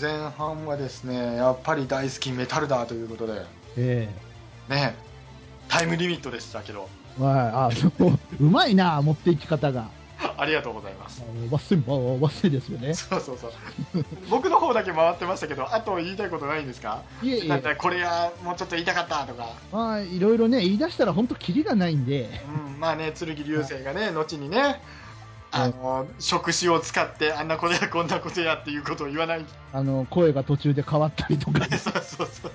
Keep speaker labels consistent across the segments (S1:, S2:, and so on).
S1: 前半はやっぱり大好きメタルだということでタイムリミットでしたけど
S2: うまいな、持っていき方が。
S1: ありがとうございます
S2: 忘れ、忘れですよね。
S1: そうそう そう僕の方だけ回ってましたけどあと言いたいことないんですか
S2: いえい
S1: なん
S2: え、
S1: かこれはもうちょっと言いたかったとか、
S2: まあ、いろいろね、言い出したら本当、キリがないんで、
S1: うん、まあね剣流星がね後にねあの触手を使ってあんなことやこんなことやっていうことを言わ ない
S2: あの、声が途中で変わったり とか、
S1: そうそうそう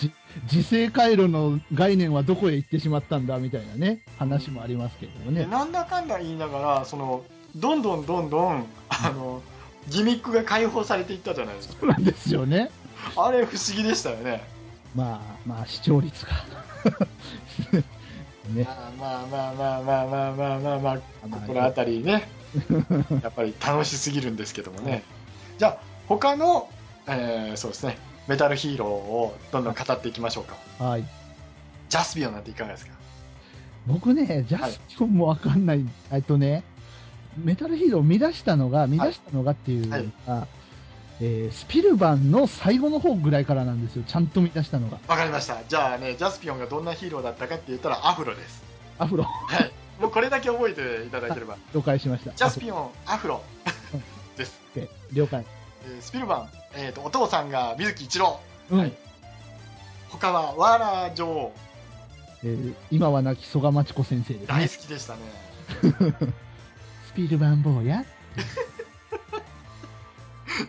S2: じ時勢回路の概念はどこへ行ってしまったんだみたいなね、話もありますけれども
S1: で
S2: ね。
S1: なんだかんだ言いながらそのどんどんどんどんあのギミックが解放されていったじゃないですか
S2: そうなんですよね。
S1: あれ不思議でしたよね
S2: まあ、まあ、視聴率が。 ね、
S1: まあまあまあまあまあまあまあまあ、まあ、
S2: まあ
S1: ここの辺り ねやっぱり楽しすぎるんですけどもねじゃあ他の、えーそうですねメタルヒーローをどんどん語っていきましょうか
S2: はい。
S1: ジャスビオなんていかがですか
S2: 僕ね、ジャスティンもわかんない、えっとね、メタルヒーローを見出したのが、見出したのがっていうのが、えースピルバンの最後の方ぐらいからなんですよ、ちゃんと見出したのが、
S1: わかりましたじゃあねジャスピオンがどんなヒーローだったかって言ったらアフロです
S2: アフロ、
S1: はいもうこれだけ覚えていただければ
S2: 了解しました。
S1: ジャス
S2: ン
S1: ピオンアフロです、
S2: 了解。
S1: えースピルバン、えー、とお父さんが水木一郎
S2: うん、
S1: はい他はワーラー女王
S2: えー今は亡き曽我真知子先生です、
S1: 大
S2: ね。
S1: 好きでしたね
S2: スピルバン坊や、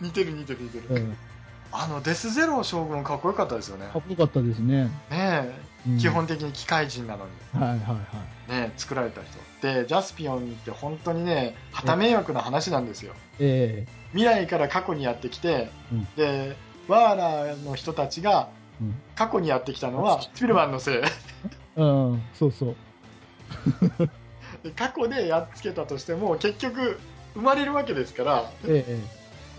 S1: 似てる似てる似てる、
S2: うん、
S1: あのデスゼロ将軍かっこよかったですよね
S2: かっこよかったですね。
S1: ね
S2: うん
S1: え基本的に機械人なのに
S2: はいはいはい。
S1: ねえ作られた人でジャスピオンって本当にね旗迷惑な話なんですよ
S2: え
S1: 未来から過去にやってきて、
S2: うん
S1: でワーラーの人たちが過去にやってきたのはスピルマンのせい
S2: えうん、そうそう。
S1: で過去でやっつけたとしても結局生まれるわけですから
S2: え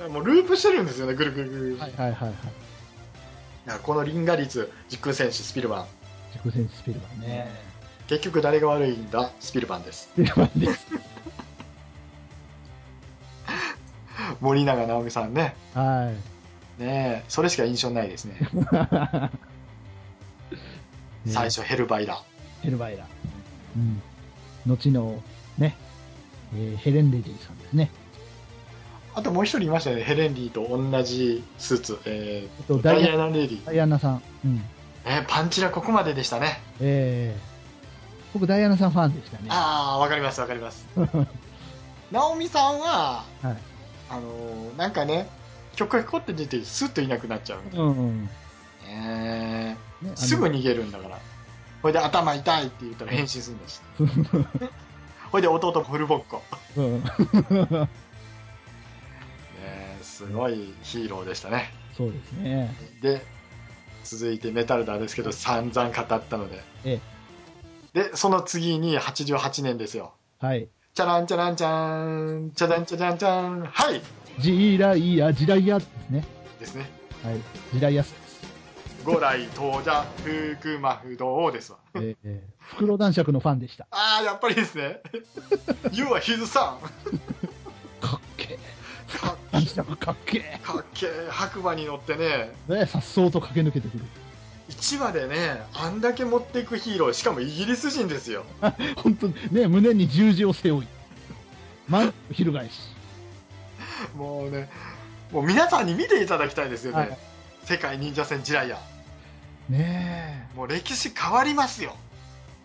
S2: え
S1: もうループしてるんですよねぐるぐるぐる、
S2: はいはいはい
S1: だか
S2: はい。
S1: らこのリンガ率時空戦士スピルマ
S2: 自己戦士スピルバン
S1: ン、
S2: ね。
S1: 結局誰が悪いんだスピルマンです
S2: スピルバンです。
S1: 森永直美さんね
S2: はい。
S1: ねえそれしか印象ないです ね最初ヘルバイラ
S2: ヘルバイラ。うん。後の、ね、えーヘレン・レディさんですね。
S1: あともう一人いましたよねヘレンリーと同じスーツ、え
S2: えっと
S1: ー
S2: ダ
S1: ダ
S2: イ
S1: イ
S2: ア
S1: アナ・レディ、
S2: ダイアナさん。うん。
S1: ねパンチラここまででしたね
S2: えー、僕、ダイアナさんファンでしたね。
S1: ああわかりますわかります ナオミさんは
S2: はい。
S1: あのーなんかね曲がひこって出てスッといなくなっちゃうんだ
S2: うんうん。ね
S1: ね
S2: あの
S1: すぐ逃げるんだからほいで頭痛いって言ったら変身するんだし ほいで弟フルボッコ
S2: うん。
S1: ねすごいヒーローでしたね
S2: そうですね。
S1: で続いてメタルダーですけど散々語ったので、
S2: え
S1: でその次に88年ですよ
S2: はい。
S1: チャランチャランチャーンチャランチャランチャーンはい
S2: ジーライア、ジライアですね。
S1: ですね
S2: はい。ジライアスです。
S1: 五来東者福魔不動ですわ
S2: えー えー、袋男爵のファンでした。
S1: ああやっぱりです ね You are his son
S2: かっけ
S1: か
S2: え。男爵かっけえ。
S1: かっけえ白馬に乗ってね
S2: ね、さっそうと駆け抜けてくる。
S1: 1話でねあんだけ持っていくヒーローしかもイギリス人ですよ
S2: 本当ね、胸に十字を背負い。まん、翻し。
S1: もうねもう皆さんに見ていただきたいですよね、
S2: はい
S1: 世界忍者戦ジライア
S2: ねえ。
S1: もう歴史変わりますよ。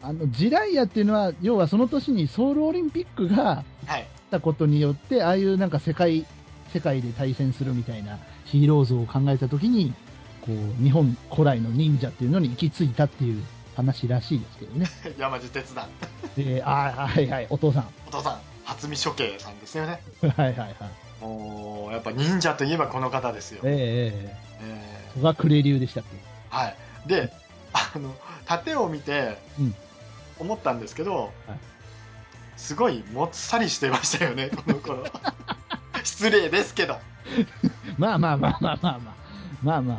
S2: あのジライアっていうのは、要はその年にソウルオリンピックが
S1: はい。
S2: あったことによって、ああいうなんか世界世界で対戦するみたいなヒーロー像を考えたときにこう、日本古来の忍者っていうのに行き着いたっていう話らしいですけど ね、
S1: 山地哲団。
S2: であーはいはい、お父さん、
S1: お父さん、初見処刑さんですよね。
S2: はいはいはい、
S1: もう、やっぱ忍者といえばこの方ですよ。え
S2: え
S1: え
S2: えー、がクレ流でしたっ
S1: はい。で、あの、盾を見て
S2: うん、
S1: 思ったんですけど、
S2: はい
S1: すごいもっさりしてましたよね、 この頃。失礼ですけど。
S2: け、まあまあまあまあまあまあ、まあまあま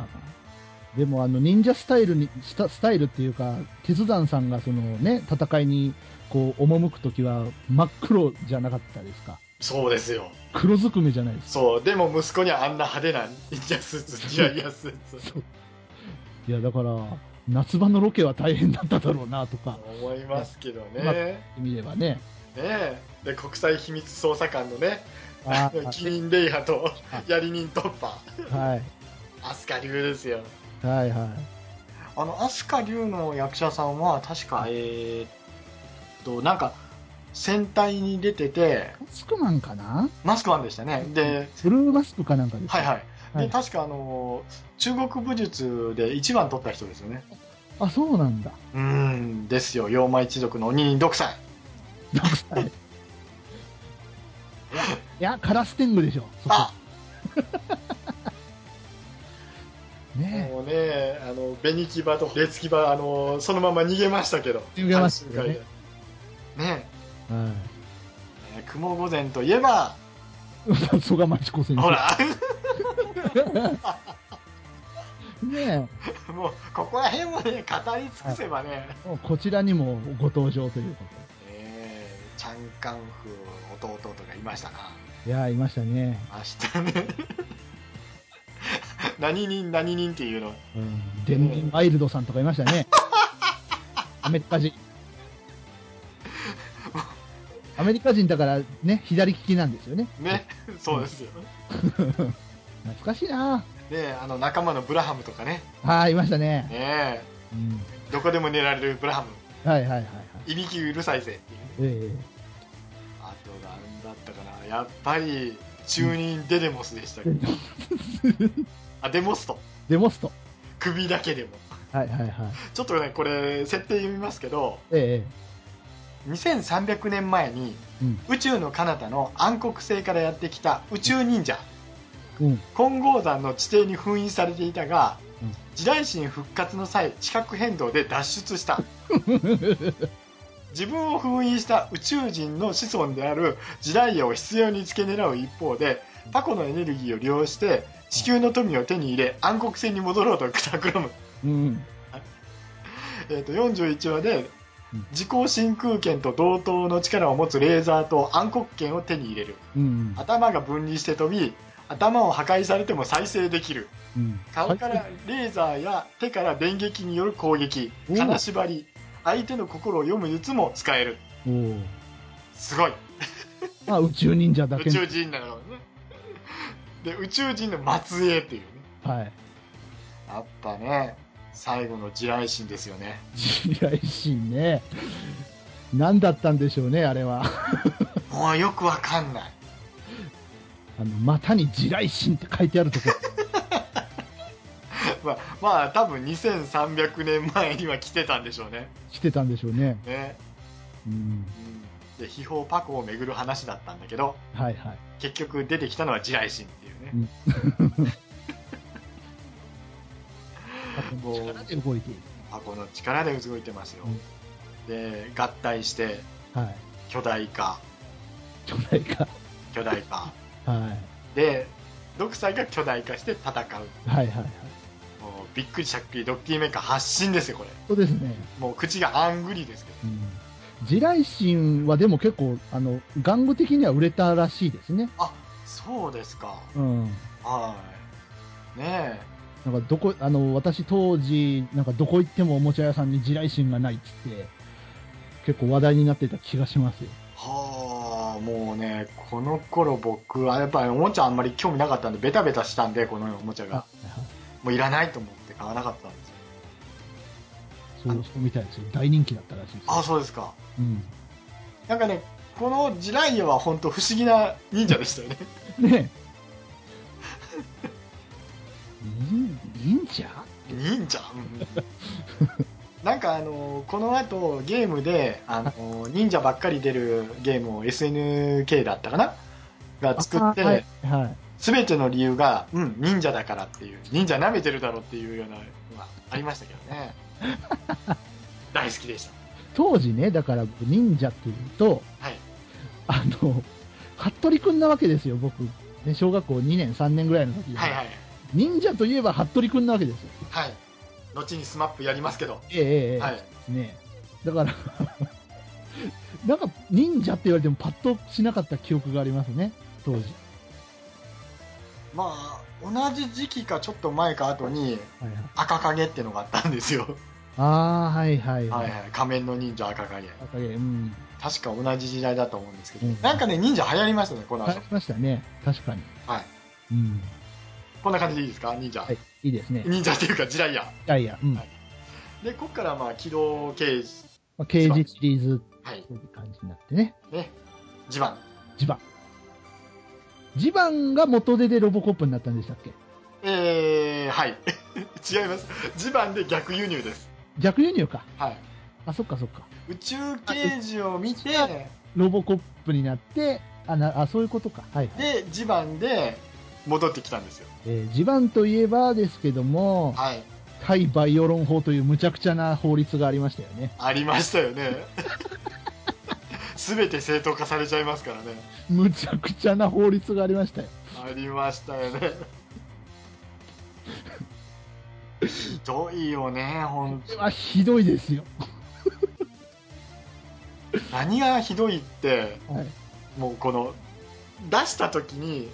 S2: あ、でもあの忍者スタイルにスタスタイルっていうか、鉄山さんがその、ね、戦いにこう赴くときは真っ黒じゃなかったですか。
S1: そうですよ。
S2: 黒ずくめじゃないですか。
S1: そう。でも息子にはあんな派手な忍者スー ツ、ギラギラスーツ。
S2: いや、だから、夏場のロケは大変だっただろうなとか、
S1: 思いますけどね。
S2: まあ
S1: ね
S2: 見ればね。
S1: えで、国際秘密捜査官のね、
S2: あ
S1: キリン・レイヤと
S2: あ
S1: やり人突破。
S2: はい。
S1: アスカ流ですよ。
S2: はいは
S1: あの、アスカ流の役者さんは、確か、えーっと、なんか、戦隊に出てて、
S2: い。マスクマンかな
S1: マスクマンでしたね。で、
S2: ブルーマスクかなんかです。
S1: はいはい。で、
S2: はい
S1: 確かあの、中国武術で一番取った人ですよね。
S2: あ、そうなんだ。
S1: うーん、ですよ。妖魔一族の鬼に独裁。
S2: いや、カラステングでしょ。そこ
S1: あ
S2: ね
S1: もうね、あの、紅牙とレツ牙、あの、そのまま逃げましたけど。
S2: 逃げましたよ
S1: 最
S2: ね
S1: 終回で。ね
S2: え。は
S1: え、ね雲御前といえば、
S2: い。 曽我 町子先生。
S1: ほら、
S2: ね
S1: もう、ここら辺もね、語り尽くせばね、
S2: え。もうこちらにもご登場というこ
S1: えー、チャンカンフー弟とかいましたな。
S2: とで。いや、いましたね。
S1: いましたね。 何人何人っていうの。
S2: うん。デンデンワイルドさんとかいました ね。アメリカ人。アメリカ人だからね、左利きなんですよね。
S1: ね、そうですよ。
S2: 懐かしいな
S1: ねあの仲間のブラハムとかね。
S2: はい、いましたね。
S1: ね
S2: うん。
S1: どこでも寝られるブラハム。
S2: はいはいはいはい。
S1: いびきうるさいぜっていう。
S2: え
S1: あと何だったかな。やっぱり、中任デデモスでしたけど。あ、デモスト。
S2: え デモスト。
S1: 首だけでも。
S2: はいはいはい。
S1: ちょっとね、これ、設定読みますけど、
S2: え
S1: 2300年前に、
S2: えうん。
S1: 宇宙の彼方の暗黒星からやってきた宇宙忍者
S2: うん。
S1: 金剛山の地底に封印されていたが、
S2: うん
S1: 地雷神復活の際地殻変動で脱出した 自分を封印した宇宙人の子孫である地雷を執拗に付け狙う一方で過去のエネルギーを利用して地球の富を手に入れ暗黒星に戻ろうと企む、
S2: うん。
S1: えー、と41話で
S2: うん
S1: 時効真空剣と同等の力を持つレーザーと暗黒剣を手に入れる
S2: うん。
S1: 頭が分離して飛び頭を破壊されても再生できる
S2: うん。
S1: 顔からレーザーや手から電撃による攻撃
S2: おう
S1: 金縛り相手の心を読む術も使える
S2: おー
S1: すごい
S2: まあ、宇宙忍者だけ
S1: 宇
S2: に
S1: 宙人なのねで宇宙人の末裔っていうね
S2: はい。
S1: やっぱね最後の地雷神ですよね
S2: 地雷神ね。何だったんでしょうね、あれは。
S1: もうよくわかんない
S2: あの、股に地雷神って書いてあるとこ
S1: まあまあ多分2300年前には来てたんでしょうね
S2: 来てたんでしょうね。
S1: ね、
S2: うん。
S1: うん、で秘宝パコを巡る話だったんだけど
S2: はいはい。
S1: 結局出てきたのは地雷神っていうね、
S2: あと
S1: もう
S2: 力で動いている。
S1: 箱の力で動いてますよ、
S2: うん
S1: で合体して
S2: はい。
S1: 巨大化
S2: 巨大化。
S1: 巨大化
S2: は
S1: で独裁が巨大化して戦う
S2: い。はいはいは
S1: もう
S2: い。
S1: びっくりしゃっくりドッキリメーカー発信ですよこれ
S2: そうですね。
S1: もう口があんぐりですけ
S2: うん。地雷神はでも結構、あの、玩具的には売れたらしいですね。
S1: どあそうですか
S2: うん。
S1: はいね
S2: なんかどこ、あの、私当時、なんかどこ行ってもおもちゃ屋さんに地雷神がないっつって、結構話題になってた気がしますよ。
S1: えはあもうねこの頃僕はやっぱりおもちゃあんまり興味なかったんでベタベタしたんでこのおもちゃが
S2: あ、
S1: もういらないと思って買わなかったんですよ
S2: そ
S1: あ
S2: う
S1: の
S2: そうみたいですよ。大人気だったらしいですよ。
S1: あそうですか
S2: うん。
S1: なんかねこの地雷は本当不思議な忍者でしたよ ね
S2: ね え。忍忍者
S1: 忍者、なんかあのこの後ゲームであの忍者ばっかり出るゲームを SNK だったかなが作って、
S2: あはい。はい。
S1: 全ての理由が、うん、忍者だからっていう忍者舐めてるだろっていうようなのがありましたけど ね大好きでした
S2: 当時ね、だから僕忍者っていうと、
S1: はい
S2: あの、服部くんなわけですよ、僕。ね、小学校2年、3年ぐらいの時で
S1: はいはい
S2: 忍者といえば服部くんなわけですよ。
S1: はい後にスマップやりますけど
S2: ええええええ
S1: はい
S2: ですね。だから、 なんか忍者って言われてもパッとしなかった記憶がありますね、当時。
S1: まあ、同じ時期かちょっと前か後に、
S2: はいはい、
S1: 赤影ってのがあったんですよ。
S2: ああ、はいはい
S1: は
S2: はいい。
S1: はい。仮面の忍者赤影。
S2: 赤毛うん。
S1: 確か同じ時代だと思うんですけど、
S2: うん
S1: なんかね、忍者流行りましたね、この
S2: あ
S1: 後
S2: り。ましたね、確かに。
S1: はい。
S2: うん。
S1: こんな感じでいいですか、忍者。
S2: はい、いいですね。
S1: 忍者っていうか、ジライア。
S2: ダイヤ。うん。
S1: は
S2: ま
S1: いで、こっから、まあ、機動刑事、
S2: あ、刑事シリーズ
S1: はい
S2: っ、て感じになってね。
S1: ね、地盤。
S2: ジバン。ジバンが元手でロボコップになったんでしたっけ
S1: えー、はい。 違います。地盤で逆輸入です。
S2: 逆輸入か。
S1: はい。
S2: あ、そっかそっか。
S1: 宇宙刑事を見て、
S2: ロボコップになって、あ、なあそういうことか。はい、はい。
S1: で、地盤で戻ってきたんですよ。
S2: えージバンといえばですけども、
S1: はい。
S2: 対バイオロン法という無茶苦茶な法律がありましたよね。
S1: ありましたよね。すべて正当化されちゃいますからね。
S2: 無茶苦茶な法律がありましたよ。
S1: ありましたよね。ひどいよね、本
S2: これはひどいですよ。
S1: 当何がひどいって、
S2: はい。
S1: もうこの、出した時に、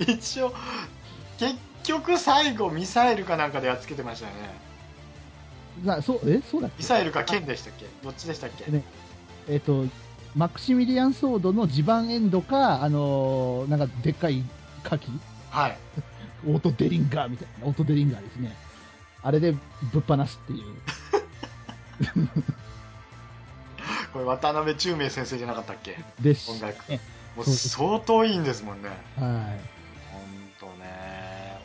S1: 一応、結局最後ミサイルかなんかでやっつけてましたよね。
S2: なそう、え、そうだっ
S1: ミサイルか剣でしたっけどっちでしたっけ
S2: ねけえっ、と、マクシミリアンソードの地盤エンドか、あのーなんかでっかい火器
S1: はい。
S2: オートデリンガーみたいな、オートデリンガーですね。あれでぶっ放すっていう。
S1: これ渡辺中明先生じゃなかったっけ
S2: です。
S1: 音楽
S2: ね
S1: もう
S2: そうです
S1: 相当いいんですもんね。
S2: はい。
S1: ほんとね。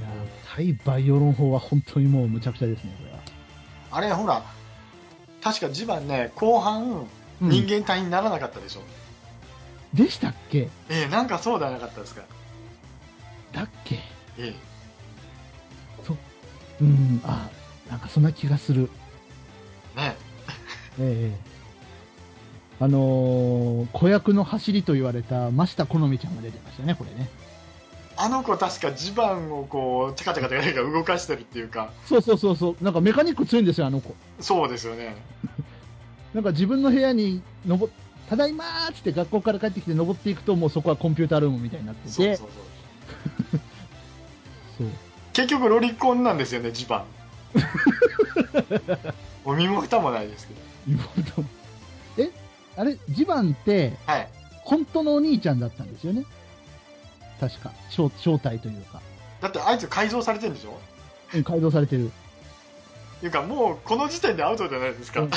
S2: いやー対バイオロン法は本当にもう無茶苦茶ですね、これは。
S1: あれ、ほら、確かジバンね、後半、
S2: うん
S1: 人間体にならなかったでしょ。
S2: でしたっけ
S1: ええなんかそうではなかったですか。
S2: だっけ
S1: ええ
S2: うん、あ、なんかそんな気がする。
S1: ね。
S2: ええあのー子役の走りと言われた真下好みちゃんが出てましたね、これね。
S1: あの子確かジバンをこう、チャカチャカチャカチャカ動かしてるっていうか、
S2: そうそうそうそう、なんかメカニック強いんですよ、あの子。
S1: そうですよね。
S2: なんか自分の部屋に登っ、ただいまーっつって学校から帰ってきて登っていくと、もうそこはコンピュータールームみたいになってて、
S1: そうそうそう。
S2: そう
S1: 結局ロリコンなんですよね、ジ バン。お身も蓋もないですけど。
S2: 妹もえあれ、ジバンって、
S1: はい。
S2: 本当のお兄ちゃんだったんですよね。確か。正正体というか。
S1: だってあいつ改造されてるんでしょ
S2: うん、改造されてる。
S1: いうかもうこの時点でアウトじゃないですか。
S2: うん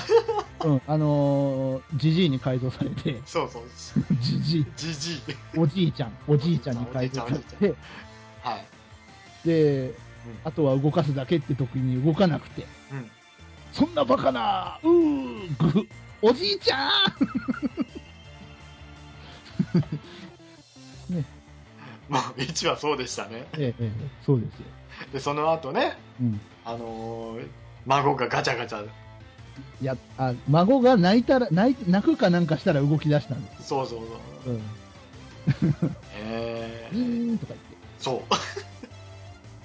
S2: うん、あのー、ジジイに改造さ れて、
S1: そうそう。
S2: ジジイ、
S1: ジジイ。
S2: おじいちゃん、おじいちゃんに改造され
S1: おじいちゃんおじいちゃん
S2: て、
S1: はい。
S2: で、あとは動かすだけって時に動かなくて、
S1: うん。
S2: そんなバカなうーぐおじいちゃんね
S1: まあ、1はそうでしたね。
S2: ええええ、そうですよ。
S1: で、その後ね、
S2: うん。
S1: あのー孫がガチャガチャ、
S2: いや、あ、孫が泣いたら、泣い泣くかなんかしたら動き出したんですよ。
S1: そうそうそう。
S2: うん。
S1: え
S2: う
S1: ー、
S2: ーんとか言って、
S1: そ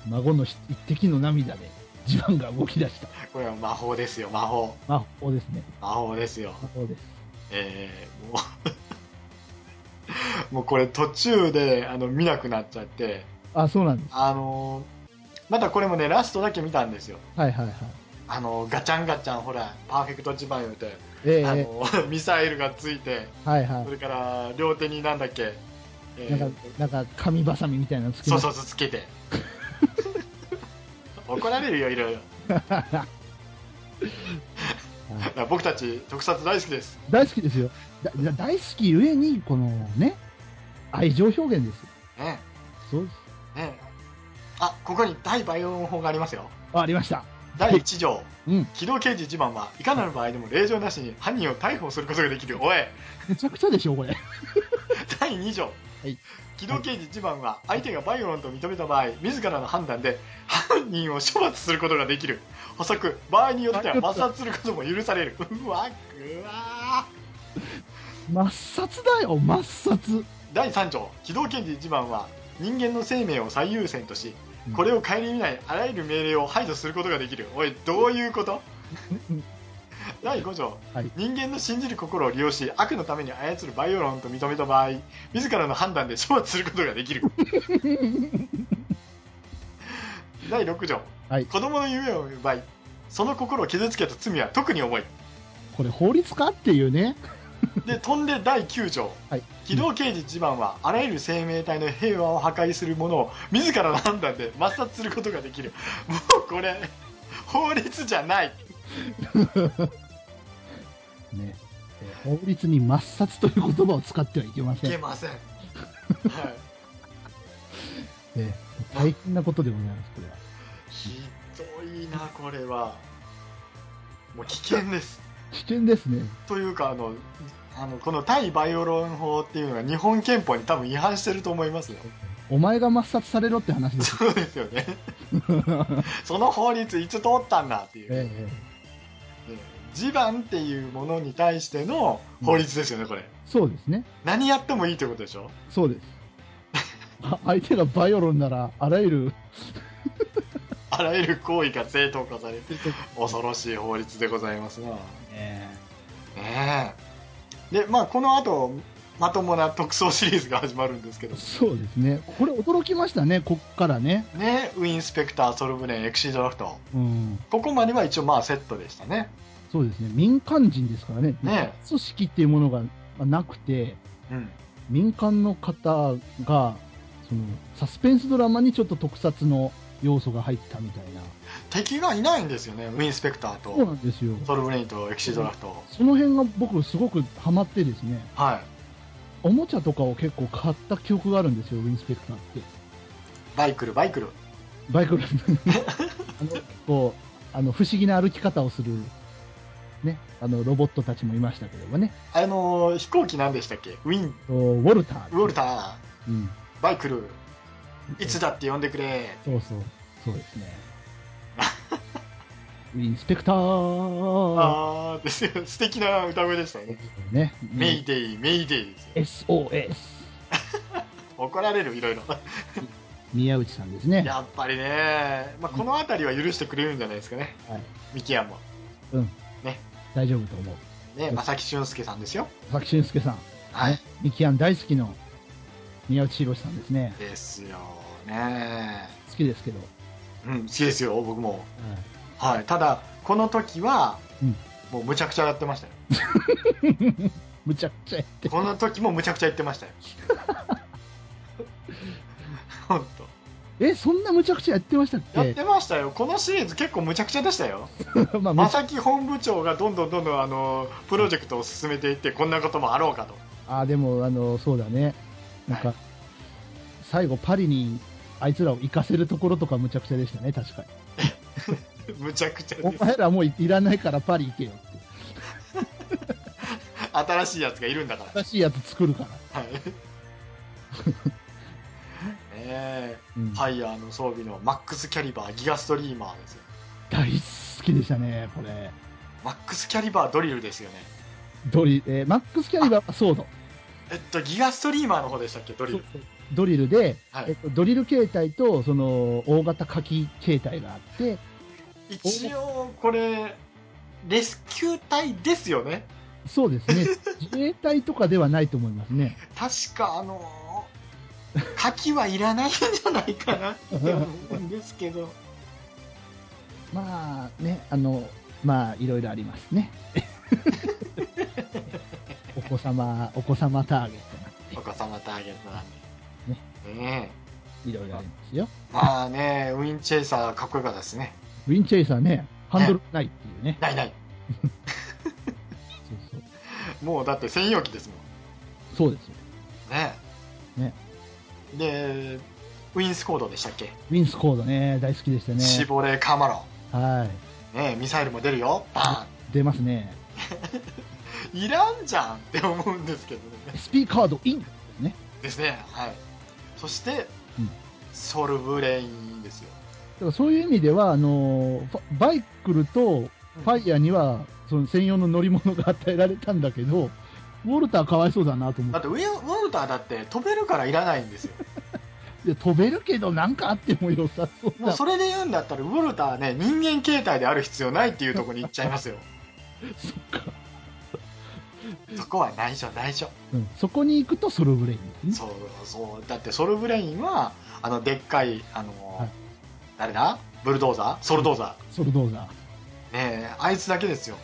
S1: う。
S2: 孫の一滴の涙で、ジバンが動き出した。
S1: これは魔法ですよ、魔法。
S2: 魔法ですね。
S1: 魔法ですよ。
S2: 魔法です。
S1: えー、もう 。もうこれ途中であの見なくなっちゃって、
S2: あ、そうなんです。
S1: あのーまたこれもね、ラストだけ見たんですよ。
S2: はいはいはい。
S1: あのーガチャンガチャン、ほら、パーフェクト自慢言うて、
S2: ええ
S1: あのー ミサイルがついて、
S2: はいは
S1: それから両手になんだっけ、え
S2: い。
S1: ー
S2: なんか、なんか、紙バサミみたいなのつけ
S1: そう
S2: ま
S1: そうそうつけ て怒られるよいろ いろだから僕たち特撮大好きです
S2: 大好きですよ。だだ大好きゆえに、このね、愛情表現ですよ。
S1: ね
S2: そうです。
S1: ねあここに第バイオン法がありますよ
S2: あ、ありました。
S1: 第1条
S2: うん。
S1: 機動刑事自慢はいかなる場合でも令状なしに犯人を逮捕することができるおい
S2: めちゃくちゃでしょ、これ。
S1: 第2条、
S2: い
S1: 機動刑事一番は相手がバイオロンと認めた場合自らの判断で犯人を処罰することができる補足場合によっては摩擦することも許されるうわくわ
S2: 抹殺だよ、抹殺。
S1: 第3条機動刑事一番は人間の生命を最優先とし
S2: うん
S1: これ を顧みないあらゆる命令を排除することができるおいどういうこと第5条、
S2: はい
S1: 人間の信じる心を利用し悪のために操るバイオロンと認めた場合自らの判断で処罰することがで きる第6条、
S2: はい
S1: 子供の夢を奪いその心を傷つけた罪は特に重い
S2: これ法律かっていうね。
S1: で飛んで第9条
S2: はい。
S1: 機動刑事一番はあらゆる生命体の平和を破壊するものを自らの判断で抹殺することができるもうこれ法律じゃない
S2: ね。えー法律に抹殺という言葉を使ってはいけま
S1: い
S2: せん。
S1: け
S2: え
S1: ません、はい
S2: ー大変なことでございます、これは。
S1: ひどいな、これは。もう危険です。
S2: 危険ですね。
S1: というか、あの、あのこの対バイオロン法っていうのが日本憲法に多分違反してると思いますよ。
S2: お前が抹殺されろって話 です。
S1: そうですよ ね。その法律いつ通ったんだっていう。
S2: えー
S1: ね地盤っていうものに対しての法律ですよね、これ。
S2: そうですね。
S1: 何やってもいいということでしょ
S2: そうです。あ相手がバイオロンなら、あらゆる、
S1: あらゆる行為が正当化される。恐ろしい法律でございますな。ねえで、まあ、この後、まともな特捜シリーズが始まるんですけども
S2: そうですね。これ驚きましたね、こっからね。
S1: ね、ウィンスペクター、ソルブレン、エクシードラフト。
S2: うん。
S1: ここまでは一応まあセットでしたね。
S2: そうですね。民間人ですからね。
S1: ね
S2: 組織っていうものがなくて、
S1: うん。
S2: 民間の方が、その、サスペンスドラマにちょっと特撮の要素が入ったみたいな。
S1: 敵がいないんですよね、ウィンスペクター
S2: そう
S1: と、
S2: なんですよ。
S1: ソルブレインとエクシードラフト。
S2: その辺が僕すごくハマってですね、
S1: はい。
S2: おもちゃとかを結構買った記憶があるんですよ、ウィンスペクターって。
S1: バイクル、バイクル。
S2: バイクあの 結構あの不思議な歩き方をする、ね、あのロボットたちもいましたけどもね、
S1: あのー飛行機なんでしたっけウィン、
S2: とウォルター、
S1: ウォルター、
S2: うん、
S1: バイクル、いつだって呼んでくれ。
S2: そうそう、そうですね、ウィンスペクター、
S1: あー、 ですよ。素敵な歌声でしたよね。
S2: ね、
S1: メイデイ、メイデイですよ。
S2: SOS、
S1: 怒られる、い ろいろ。
S2: 宮内さんですね、
S1: やっぱりね、まあ、この辺りは許してくれるんじゃないですかね。
S2: はい
S1: ミキヤンも。
S2: うん
S1: ね
S2: 大丈夫と思う、
S1: ね、正木俊介さんですよ。
S2: 佐々木俊介さん、
S1: はい。
S2: ミキアン大好きの宮内宏さんですね、
S1: ですよね。
S2: 好きですけど、
S1: うん、好きですよ、僕も。はい、ただ、この時は、
S2: うん
S1: もうむちゃくちゃやってました よ。
S2: むちゃくちゃやって、
S1: この時もむちゃくちゃ言ってました よ。本
S2: え、そんなむちゃくちゃやってましたっ
S1: 当。やっ
S2: け
S1: てましたよ。このシリーズ結構むちゃくちゃでしたよ。
S2: まあむち
S1: 正
S2: ゃ
S1: 木本部長がどんどんどんどんあのプロジェクトを進めていって、こんなこともあろうかと。
S2: あーでもあのそうだねなんか、
S1: は
S2: 最後パリにあいつらを行かせるところとかむちゃくちゃでしたね確かに
S1: むちゃくちゃ
S2: お
S1: です。
S2: 前らもういいらないからパリ行けよって
S1: 新しいやつがいるんだから。
S2: 新しいやつ作るから、
S1: はい。ねえ
S2: うん
S1: ファイヤーの装備のマックスキャリバー、ギガストリーマーですよ。
S2: 大好きでしたねこれ
S1: マックスキャリバードリルですよね。
S2: ドリ、えーマックスキャリバーはソード
S1: えっと、ギガストリーマーの方でしたっけ、ドリル。
S2: ドリルで、
S1: は
S2: えっ
S1: い。
S2: と、ドリル形態とその大型火器形態があって
S1: 一応、これ、レスキュー隊ですよね。
S2: そうです ね自衛隊とかではないと思いますね
S1: 確か、あ のー、火器はいらないんじゃないかなって思うんですけど。
S2: まあね、あの、まあいろいろあります ね。お子様、お子様ターゲットなん
S1: お子様ターゲットなん
S2: ね
S1: で。ねえ。
S2: ていろいろありますよ。
S1: まあね、ウィンチェイサーかっこよかったですね。
S2: ウィンチェイサーね、ハンドルないっていうね。
S1: ないない。
S2: そうそう。
S1: もうだって専用機ですもん。
S2: そうですよ。
S1: ね
S2: ね
S1: でウィンスコードでしたっけ、
S2: ウィンスコードね、大好きでしたね。
S1: シボレーカマロ
S2: は
S1: ン、ね、ミサイルも出るよバ
S2: い。出ますね。
S1: ーンいらんじゃんって思うんですけどね
S2: SP カードインですね。
S1: ですねはいそして、
S2: うん
S1: ソルブレインですよ
S2: だからそういう意味では、あの、ファバイクルとファイヤーには、その専用の乗り物が与えられたんだけど、ウォルターかわいそうだなと思
S1: だ
S2: っ。
S1: っててウィンウォルターだって飛べるからいらないんですよ
S2: いや飛べるけど、なんかあっても良さそう
S1: もう
S2: な
S1: それで言うんだったらウォルターね人間形態である必要ないっていうところに行っちゃいますよ
S2: そっか。
S1: そこは内緒内緒
S2: うん。そこに行くとソルブレインですね。
S1: そうそうだってソルブレインはあのでっかいあの、
S2: はい
S1: 誰だブルドーザーソルドーザ
S2: ソルドーザー。
S1: ーねえあいつだけですよ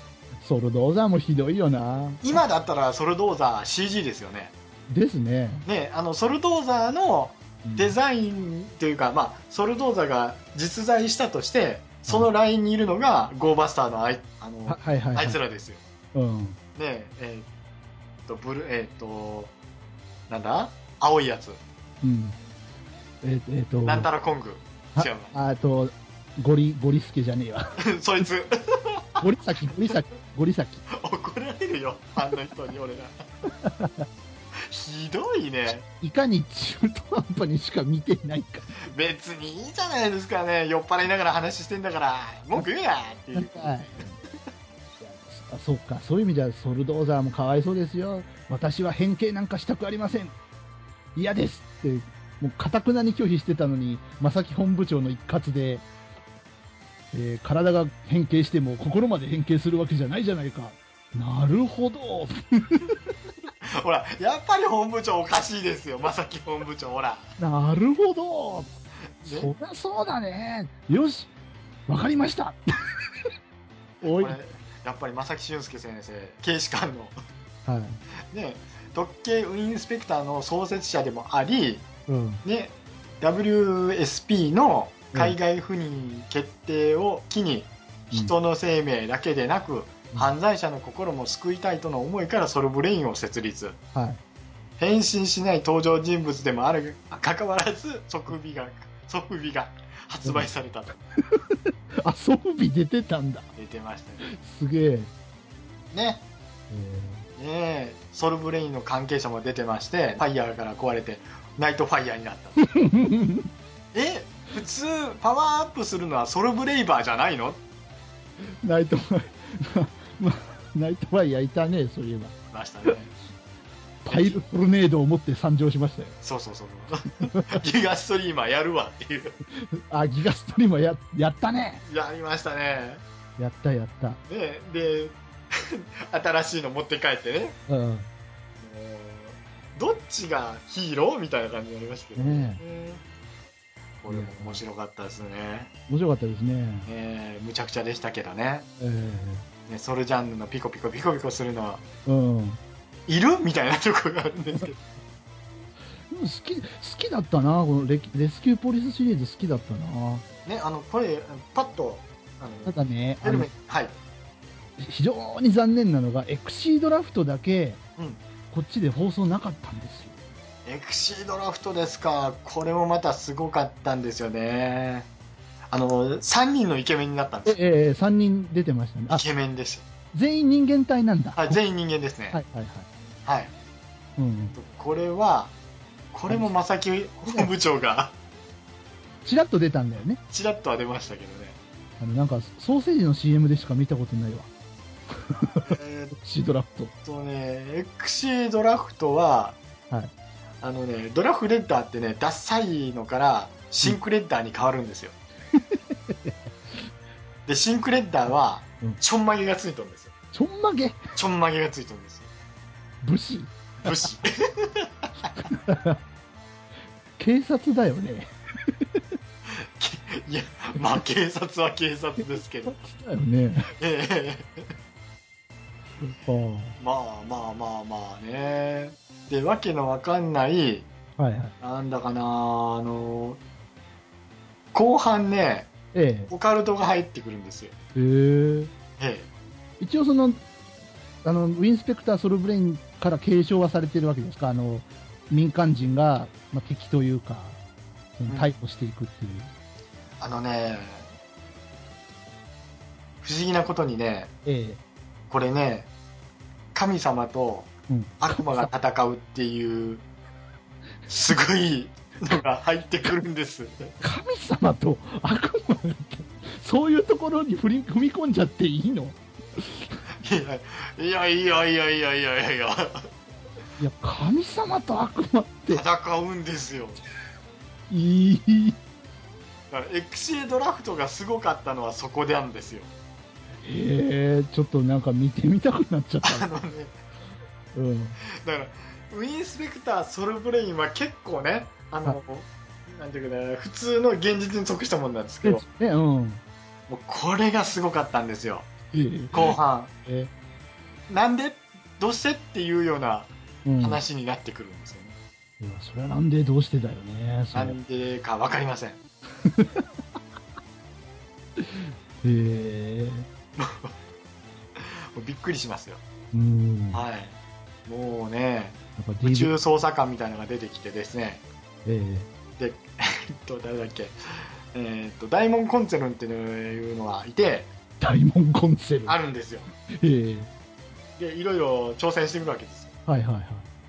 S2: ソルドーザーもひどいよな。
S1: 今だったらソルドーザー CG ですよね
S2: ですね。
S1: ねえあのソルドーザーの
S2: うん
S1: デザインというか、まあ、ソルドーザが実在したとしてそのラインにいるのがゴーバスターのあいあの、
S2: ははいはい、は
S1: あ
S2: い。
S1: いつらですよ。
S2: うん。
S1: ねええーっとブルえーっとなんだ青いやつ
S2: うん。えっ、えーと、
S1: なんたらコング違う
S2: ああと、ゴリ、ゴリスケじゃねえわ。
S1: な そいつ
S2: ゴリサキ、ゴリサキ、ゴリサキ。
S1: 怒られるよあんな人に俺ら ひどいね
S2: いかに中途半端にしか見てないか。
S1: 別にいいじゃないですかね酔っ払いながら話してんだから文句言うやっていう
S2: はい。あそうか、そういう意味ではソルドーザーもかわいそうですよ。私は変形なんかしたくありません。嫌ですって、もうかたくなに拒否してたのに、正木本部長の一括で、えー体が変形しても心まで変形するわけじゃないじゃないか。なるほど。
S1: ほらやっぱり本部長おかしいですよ正木本部長ほら
S2: なるほど。
S1: ね
S2: そりゃそうだね。よし、わかりました。 おい、
S1: こ
S2: は
S1: れやっぱり正木俊介先生警視官の
S2: い。
S1: ね特警インスペクターの創設者でもあり、
S2: うん。
S1: ね、WSP の海外赴任決定を機に、
S2: うん
S1: 人の生命だけでなく、犯罪者の心も救いたいとの思いからソルブレインを設立
S2: はい。
S1: 変身しない登場人物でもあるかかわらず即備が即備が発売されたと
S2: あ、装備出てたんだ。
S1: 出てましたね
S2: すげえ。
S1: ねねえソルブレインの関係者も出てましてファイヤーから壊れてナイトファイヤーになった え普通パワーアップするのはソルブレイバーじゃないの
S2: ナイトファイ、 まナイトファイヤーいたね、そういえば。
S1: ましたね
S2: パイルトルネードを持って参上しましたよ。
S1: そうそうそうそう ギガストリーマーやるわっていう
S2: あ、ギガストリームや、やったね
S1: やりましたね
S2: やったやった。
S1: ねで 新しいの持って帰ってねも
S2: うん。
S1: うどっちがヒーローみたいな感じになりましたけど
S2: ね
S1: これも面白かったですねね
S2: 面白かったですね。
S1: えむちゃくちゃでしたけどね
S2: え
S1: ね、ソルジャンヌのピコピコピコピコするのは
S2: えうん。
S1: いるみたいなとこがあるんですけど
S2: でも好き、好きだったな。このレレスキューポリスシリーズ好きだったな。
S1: ねあの声パッとあ
S2: た
S1: の
S2: だね、
S1: ヘ
S2: あ
S1: ル
S2: の
S1: メットはい
S2: 非常に残念なのが、エクシードラフトだけ、
S1: うん
S2: こっちで放送なかったんですよ。
S1: エクシードラフトですかこれもまたすごかったんですよねあの3人のイケメンになったんで
S2: え
S1: すよ
S2: え3人出てましたね。あ
S1: イ、ケメンでし
S2: 全員人間体なんだ。
S1: た、はい、全員人間ですね
S2: は
S1: はい、
S2: いはいはい。うん。
S1: これはこれも正木本部長が
S2: ちらっと出たんだよね。
S1: ちらっとは出ましたけどね
S2: あの、なんか、ソーセージの CM でしか見たことないわ。
S1: えーっ
S2: シードラフト。
S1: とねエクシードラフトは
S2: はい。
S1: あのね、ドラフレッダーってね、ダッサいのからシンクレッダーに変わるんですよ。で、シンクレッダーは
S2: うん、
S1: ちょんまげがついとんですよ。
S2: ちょんまげ
S1: ちょんまげがついとんですよ。
S2: 武士
S1: 武士。
S2: 警察だよね。
S1: いや、まあ、警察は警察ですけど。
S2: だよね。
S1: ええ
S2: あ
S1: まあまあまあまあね。で、わけのわかんない、
S2: あ。はいはい。
S1: なんだかな、あの、後半ね、
S2: え
S1: オカルトが入ってくるんですよ。
S2: え。ええ。
S1: え
S2: 一応その、あの、ウィンスペクターソルブレインから継承はされてるわけですかあの、民間人が、まあ、敵というか、その
S1: うん
S2: 逮捕していくっていう。
S1: えあのね、不思議なことにね、
S2: ええ。
S1: これね神様と
S2: うん。
S1: 悪魔が戦うっていうすごいのが入ってくるんです
S2: 神様と悪魔って、そういうところに振り踏み込んじゃっていいの
S1: いやいやいやいやいやいやいや
S2: いや、神様と悪魔って、
S1: 戦うんですよ
S2: いい。
S1: だから XA ドラフトがすごかったのはそこなんですよ
S2: えー、ちょっとなんか見てみたくなっちゃっ
S1: あ
S2: た。
S1: のね
S2: うん。
S1: だからウィンスペクターソルブレインは結構ねあの、
S2: は
S1: なんていうかね普通の現実に即したもんなんですけ
S2: で
S1: ど
S2: ね、うん。
S1: もうこれがすごかったんですよ
S2: えー
S1: 後半
S2: え
S1: なんでどうしてっていうような
S2: ーうん、
S1: 話になってくるんですよね、
S2: いやそれはなんでどうしてだよね。そ
S1: な
S2: れ
S1: んでか分かりません
S2: えー、
S1: もうびっくりしますよ
S2: うん。やっ
S1: はいもうね
S2: ぱ
S1: 宇
S2: DV
S1: 宙捜査官みたいなのが出てきてですね
S2: えー、
S1: で、えっと、誰だっけ、えっと、ダイモンコンツェルンっていうのがいて、
S2: 大門コンセル。
S1: あるんですよ。
S2: えー、
S1: で、いろいろ挑戦してみるわけですよ。
S2: はいはいはい。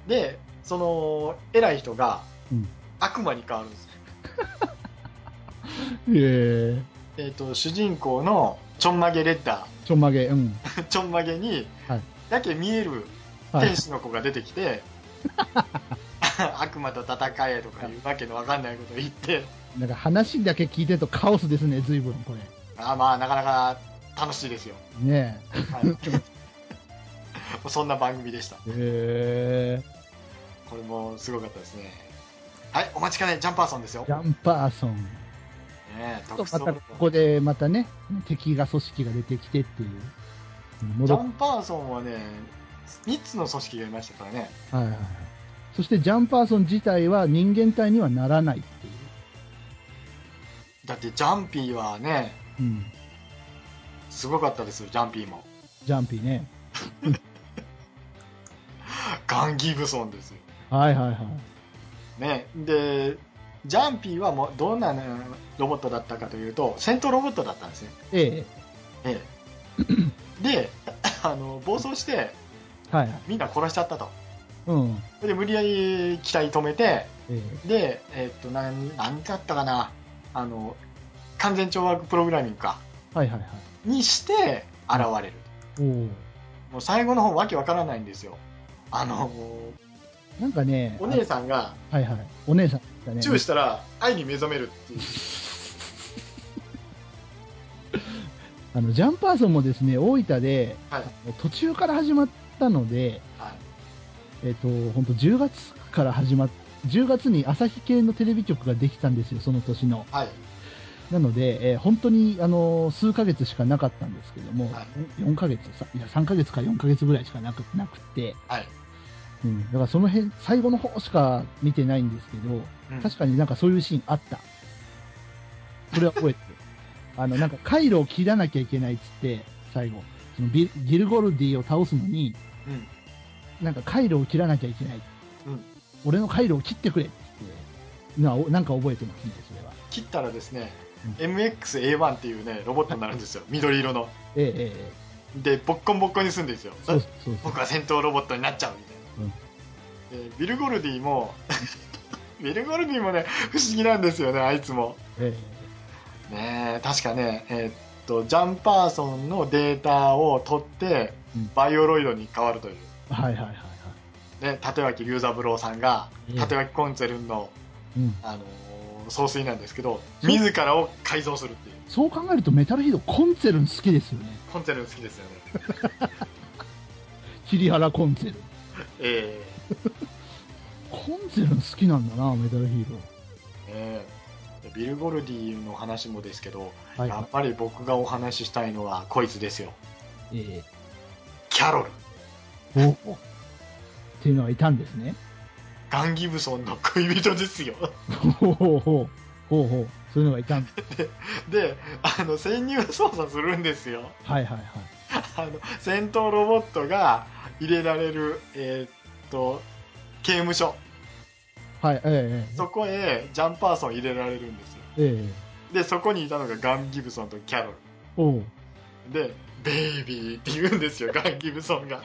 S1: で、その、偉い人が
S2: うん、
S1: 悪魔に変わるんですよ。
S2: えー、
S1: えっと、主人公のちょんまげレッダ
S2: ちょんまげ、うん。
S1: ー、 ちょんまげに
S2: はい、
S1: だけ見える
S2: は い
S1: 天。使の子が出てき て、悪魔と戦えとかいうわけのわかんないことを言って、
S2: なんか話だけ聞いてるとカオスですね、随分これ。
S1: あーまあ、なかなか楽しいですよ。
S2: ね
S1: はいも うそんな番組でした。
S2: え。え
S1: これもすごかったですね。はい、お待ちかね、ジャンパーソンですよ。
S2: ジ
S1: ね
S2: ャンパーソン。
S1: え、
S2: ちょ
S1: 特
S2: っと
S1: 捜
S2: また
S1: 部
S2: ここでまたね、敵が組織が出てきてっていう。
S1: ジ
S2: 戻っ
S1: ャンパーソンはね、3つの組織がいましたからね。
S2: はいはいはい。そしてジャンパーソン自体は人間体にはならないっていう。
S1: だってジャンピーはね、
S2: うん。
S1: すごかったですよ、ジャンピーも。
S2: ジャンピーね。
S1: ガンギブソンですよ。
S2: はいはいはい。
S1: ね、で、ジャンピーはもうどんな、ね、ロボットだったかというと、戦闘ロボットだったんですね。
S2: え
S1: え えで、あの暴走して、
S2: え。はいはい。
S1: みんな殺しちゃったと。
S2: うん。
S1: それで無理やり機体止めて、
S2: え
S1: で、えっと、なん、なんだったかな、あの、完全懲悪プログラミングか、
S2: え。はいはいはい。
S1: にして現れる。
S2: おお。
S1: もう最後の方わけわからないんですよ。あの、
S2: なんかね、
S1: お姉さんが
S2: あはいはい。お姉さんだね。
S1: チューしたら愛に目覚めるっていう。
S2: あの、ジャンパーソンもですね、大分で、
S1: はい。
S2: 途中から始まったので、
S1: はい。
S2: えっ、と、本当10月から始まっ10月に朝日系のテレビ局ができたんですよ、その年の。
S1: はい。
S2: なので、えー本当に、あのー数ヶ月しかなかったんですけども、
S1: はい
S2: 4ヶ月、さいや、3ヶ月か4ヶ月ぐらいしかなくなくて、
S1: はい。
S2: うん、だからその辺、最後の方しか見てないんですけど、
S1: うん
S2: 確かになんかそういうシーンあった。それは覚えてる。 あの、なんか回路を切らなきゃいけないっつって、最後、そのビギルゴルディを倒すのに、
S1: うん。
S2: なんか回路を切らなきゃいけない。
S1: うん
S2: 俺の回路を切ってくれっつって、ななんか覚えてますね、それは。
S1: 切ったらですね、
S2: うん
S1: MXA1 っていうね、ロボットになるんですよ。緑色の。
S2: ええええ
S1: で、ボッコンボッコンにするんですよ。
S2: そうそうそう。
S1: 僕は戦闘ロボットになっちゃうみたいな、でビル・ゴルディも ビル・ゴルディもね不思議なんですよねあいつも
S2: え
S1: ねえ確かねえーっとジャンパーソンのデータを取って
S2: うん
S1: バイオロイドに変わるという、
S2: えはいはいはいはい。
S1: ね、立脇龍三郎さんが
S2: ええ
S1: 立脇コンツェルンの、
S2: うん、
S1: あのー総帥なんですけど
S2: そう
S1: 自らを改造するっていう
S2: そう考えるとメタルヒーローコンツェルン好きですよね。
S1: コンツェルン好きですよね
S2: 桐原コンツェルン。
S1: え
S2: コンツェルン好きなんだな、メタルヒーロ
S1: えねえビル・ゴルディの話もですけど、
S2: ー。はい
S1: やっ
S2: は
S1: ぱり僕がお話ししたいのはこいつですよ
S2: い。え
S1: キャロル
S2: えおおっていうのがいたんですね。
S1: ガンギブソンの恋人ですよ。
S2: ほうほうほう。ほうほう。そういうのがいたんです。
S1: で、あの、潜入捜査するんですよ。
S2: はいはいはい。
S1: あの、戦闘ロボットが入れられる、えーっと、刑務所。
S2: はい、ええ
S1: そこへジャンパーソン入れられるんですよ。
S2: ええええ
S1: で、そこにいたのがガンギブソンとキャロ
S2: おう
S1: ル。で、ベイビーって言うんです よ、ガンギブソンが。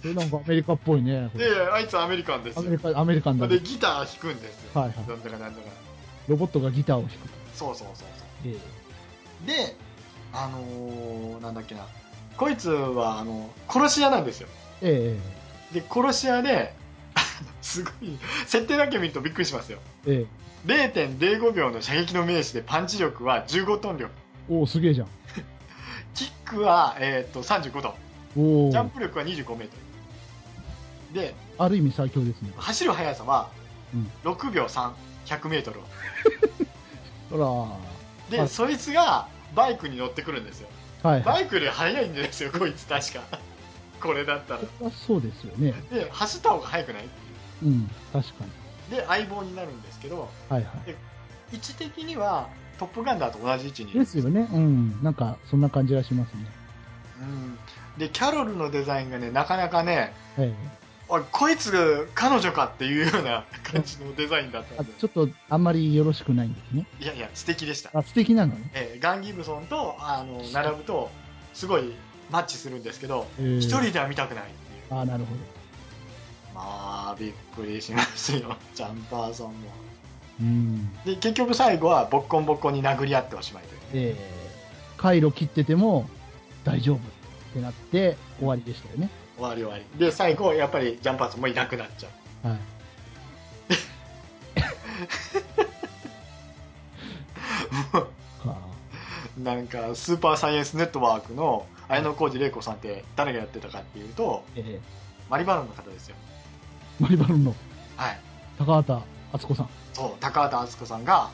S2: それなんかアメリカっぽいね。
S1: で、あいつアメリカンです
S2: アメリ
S1: よ。
S2: カ、アメリカンだ
S1: で、
S2: ね。
S1: ギター弾くんですよ。
S2: はいはい
S1: なんとかなんとか。
S2: ロボットがギターを弾くと。
S1: そうそうそうそう。
S2: ええ
S1: で、あのーなんだっけな。こいつは、あの、殺し屋なんですよ。
S2: ええ
S1: で、殺し屋で、 あのすごい、設定だけ見るとびっくりしますよ。
S2: ええええ
S1: 0.05秒の射撃の名手でパンチ力は15トン力。
S2: おおすげえじゃん。
S1: クは、えー、と35度、
S2: お
S1: ジャン
S2: ー
S1: プ力は25メートル。で、
S2: ある意味最強ですね。
S1: 走る速さは
S2: うん
S1: 6秒3、100メートルを。
S2: ほらー
S1: で、
S2: はい
S1: そいつがバイクに乗ってくるん ですよ。
S2: はい、は
S1: バ
S2: い。
S1: イクより速いんですよ、こいつ確か。これだったら
S2: そ。れはそうですよね。
S1: で、走った方が速くない
S2: うん、確かに。
S1: で、相棒になるんですけど、
S2: はいはい。
S1: 位置的にはトップガンダーと同じ位置にいるん
S2: で
S1: です
S2: すよね。うん、なんか、そんな感じがしますね。
S1: うんでキャロルのデザインがねなかなかね
S2: え
S1: おいこいつ彼女かっていうような 感じのデザインだっ
S2: え
S1: た
S2: あ
S1: んで
S2: ちょっと、あんまりよろしくないんですね。
S1: いやいや素敵でした、
S2: あ、素敵なのね。
S1: えーガン・ギブソンとあの並ぶとすごいマッチするんですけど
S2: えー
S1: 一人では見たくないっていう
S2: あ、なるほど。
S1: まあびっくりしましたよ ジャンパーさんも
S2: うん。
S1: で結局最後はボッコンボッコンに殴り合っておしまいという
S2: えー、回路切ってても大丈夫ってなって終わりでしたよね。
S1: 終わり終わりで最後やっぱりジャンパーさんもいなくなっちゃう
S2: はい。か
S1: なんかスーパーサイエンスネットワークの綾小路玲子さんって誰がやってたかっていうと
S2: え
S1: マリバルンの方ですよ
S2: ー、マリバルンの
S1: はい
S2: 高畑敦子さん。
S1: そう高畑敦子さんが、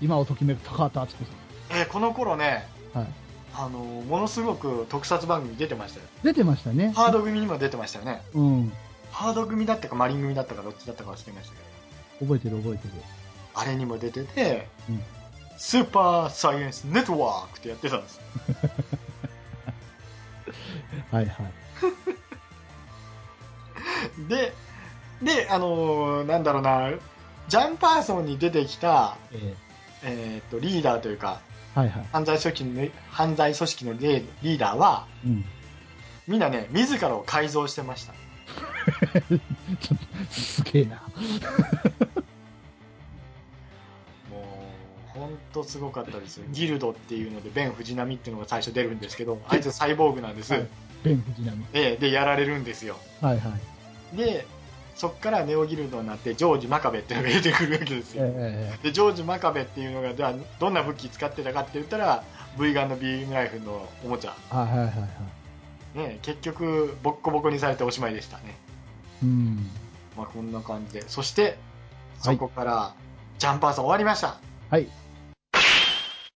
S2: 今をときめく高畑敦子
S1: えーこの頃ね
S2: さん。はい。
S1: あのーものすごく特撮番組出てましたよ
S2: 出てましたね。
S1: ハード組にも出てましたよね
S2: うん。
S1: ハード組だったかマリン組だったかどっちだったか忘れましたけど
S2: 覚えてる覚えてる。
S1: あれにも出てて、
S2: うん
S1: スーパーサイエンスネットワークってやってたんです
S2: はいはい。
S1: でであのーなんだろうなジャンパーソンに出てきた、
S2: えー、
S1: えーっとリーダーというか
S2: はいはい。
S1: 犯罪組織の犯罪組織のリーリーダーは
S2: うん。
S1: みんなね自らを改造してました
S2: ちょっと、すげえな。
S1: もう本当すごかったですよギルドっていうのでベン・藤波っていうのが最初出るんですけどあいつサイボーグなんです、
S2: はいベン・藤波。
S1: ででやられるんですよ
S2: はいはい。
S1: でそっからネオギルドになってジョージ・マカベっていうのが出てくるわけですよ、
S2: え
S1: でジョージ・マカベっていうのがじゃあどんな武器使ってたかって言ったら V ガンのビームライフルのおもちゃ、
S2: ー、はいはいはいはい。
S1: ね、結局ボッコボコにされておしまいでしたね
S2: うん。
S1: まあ、こんな感じで、そして、
S2: はい
S1: そこから、ジャンパーさん終わりました。
S2: はい。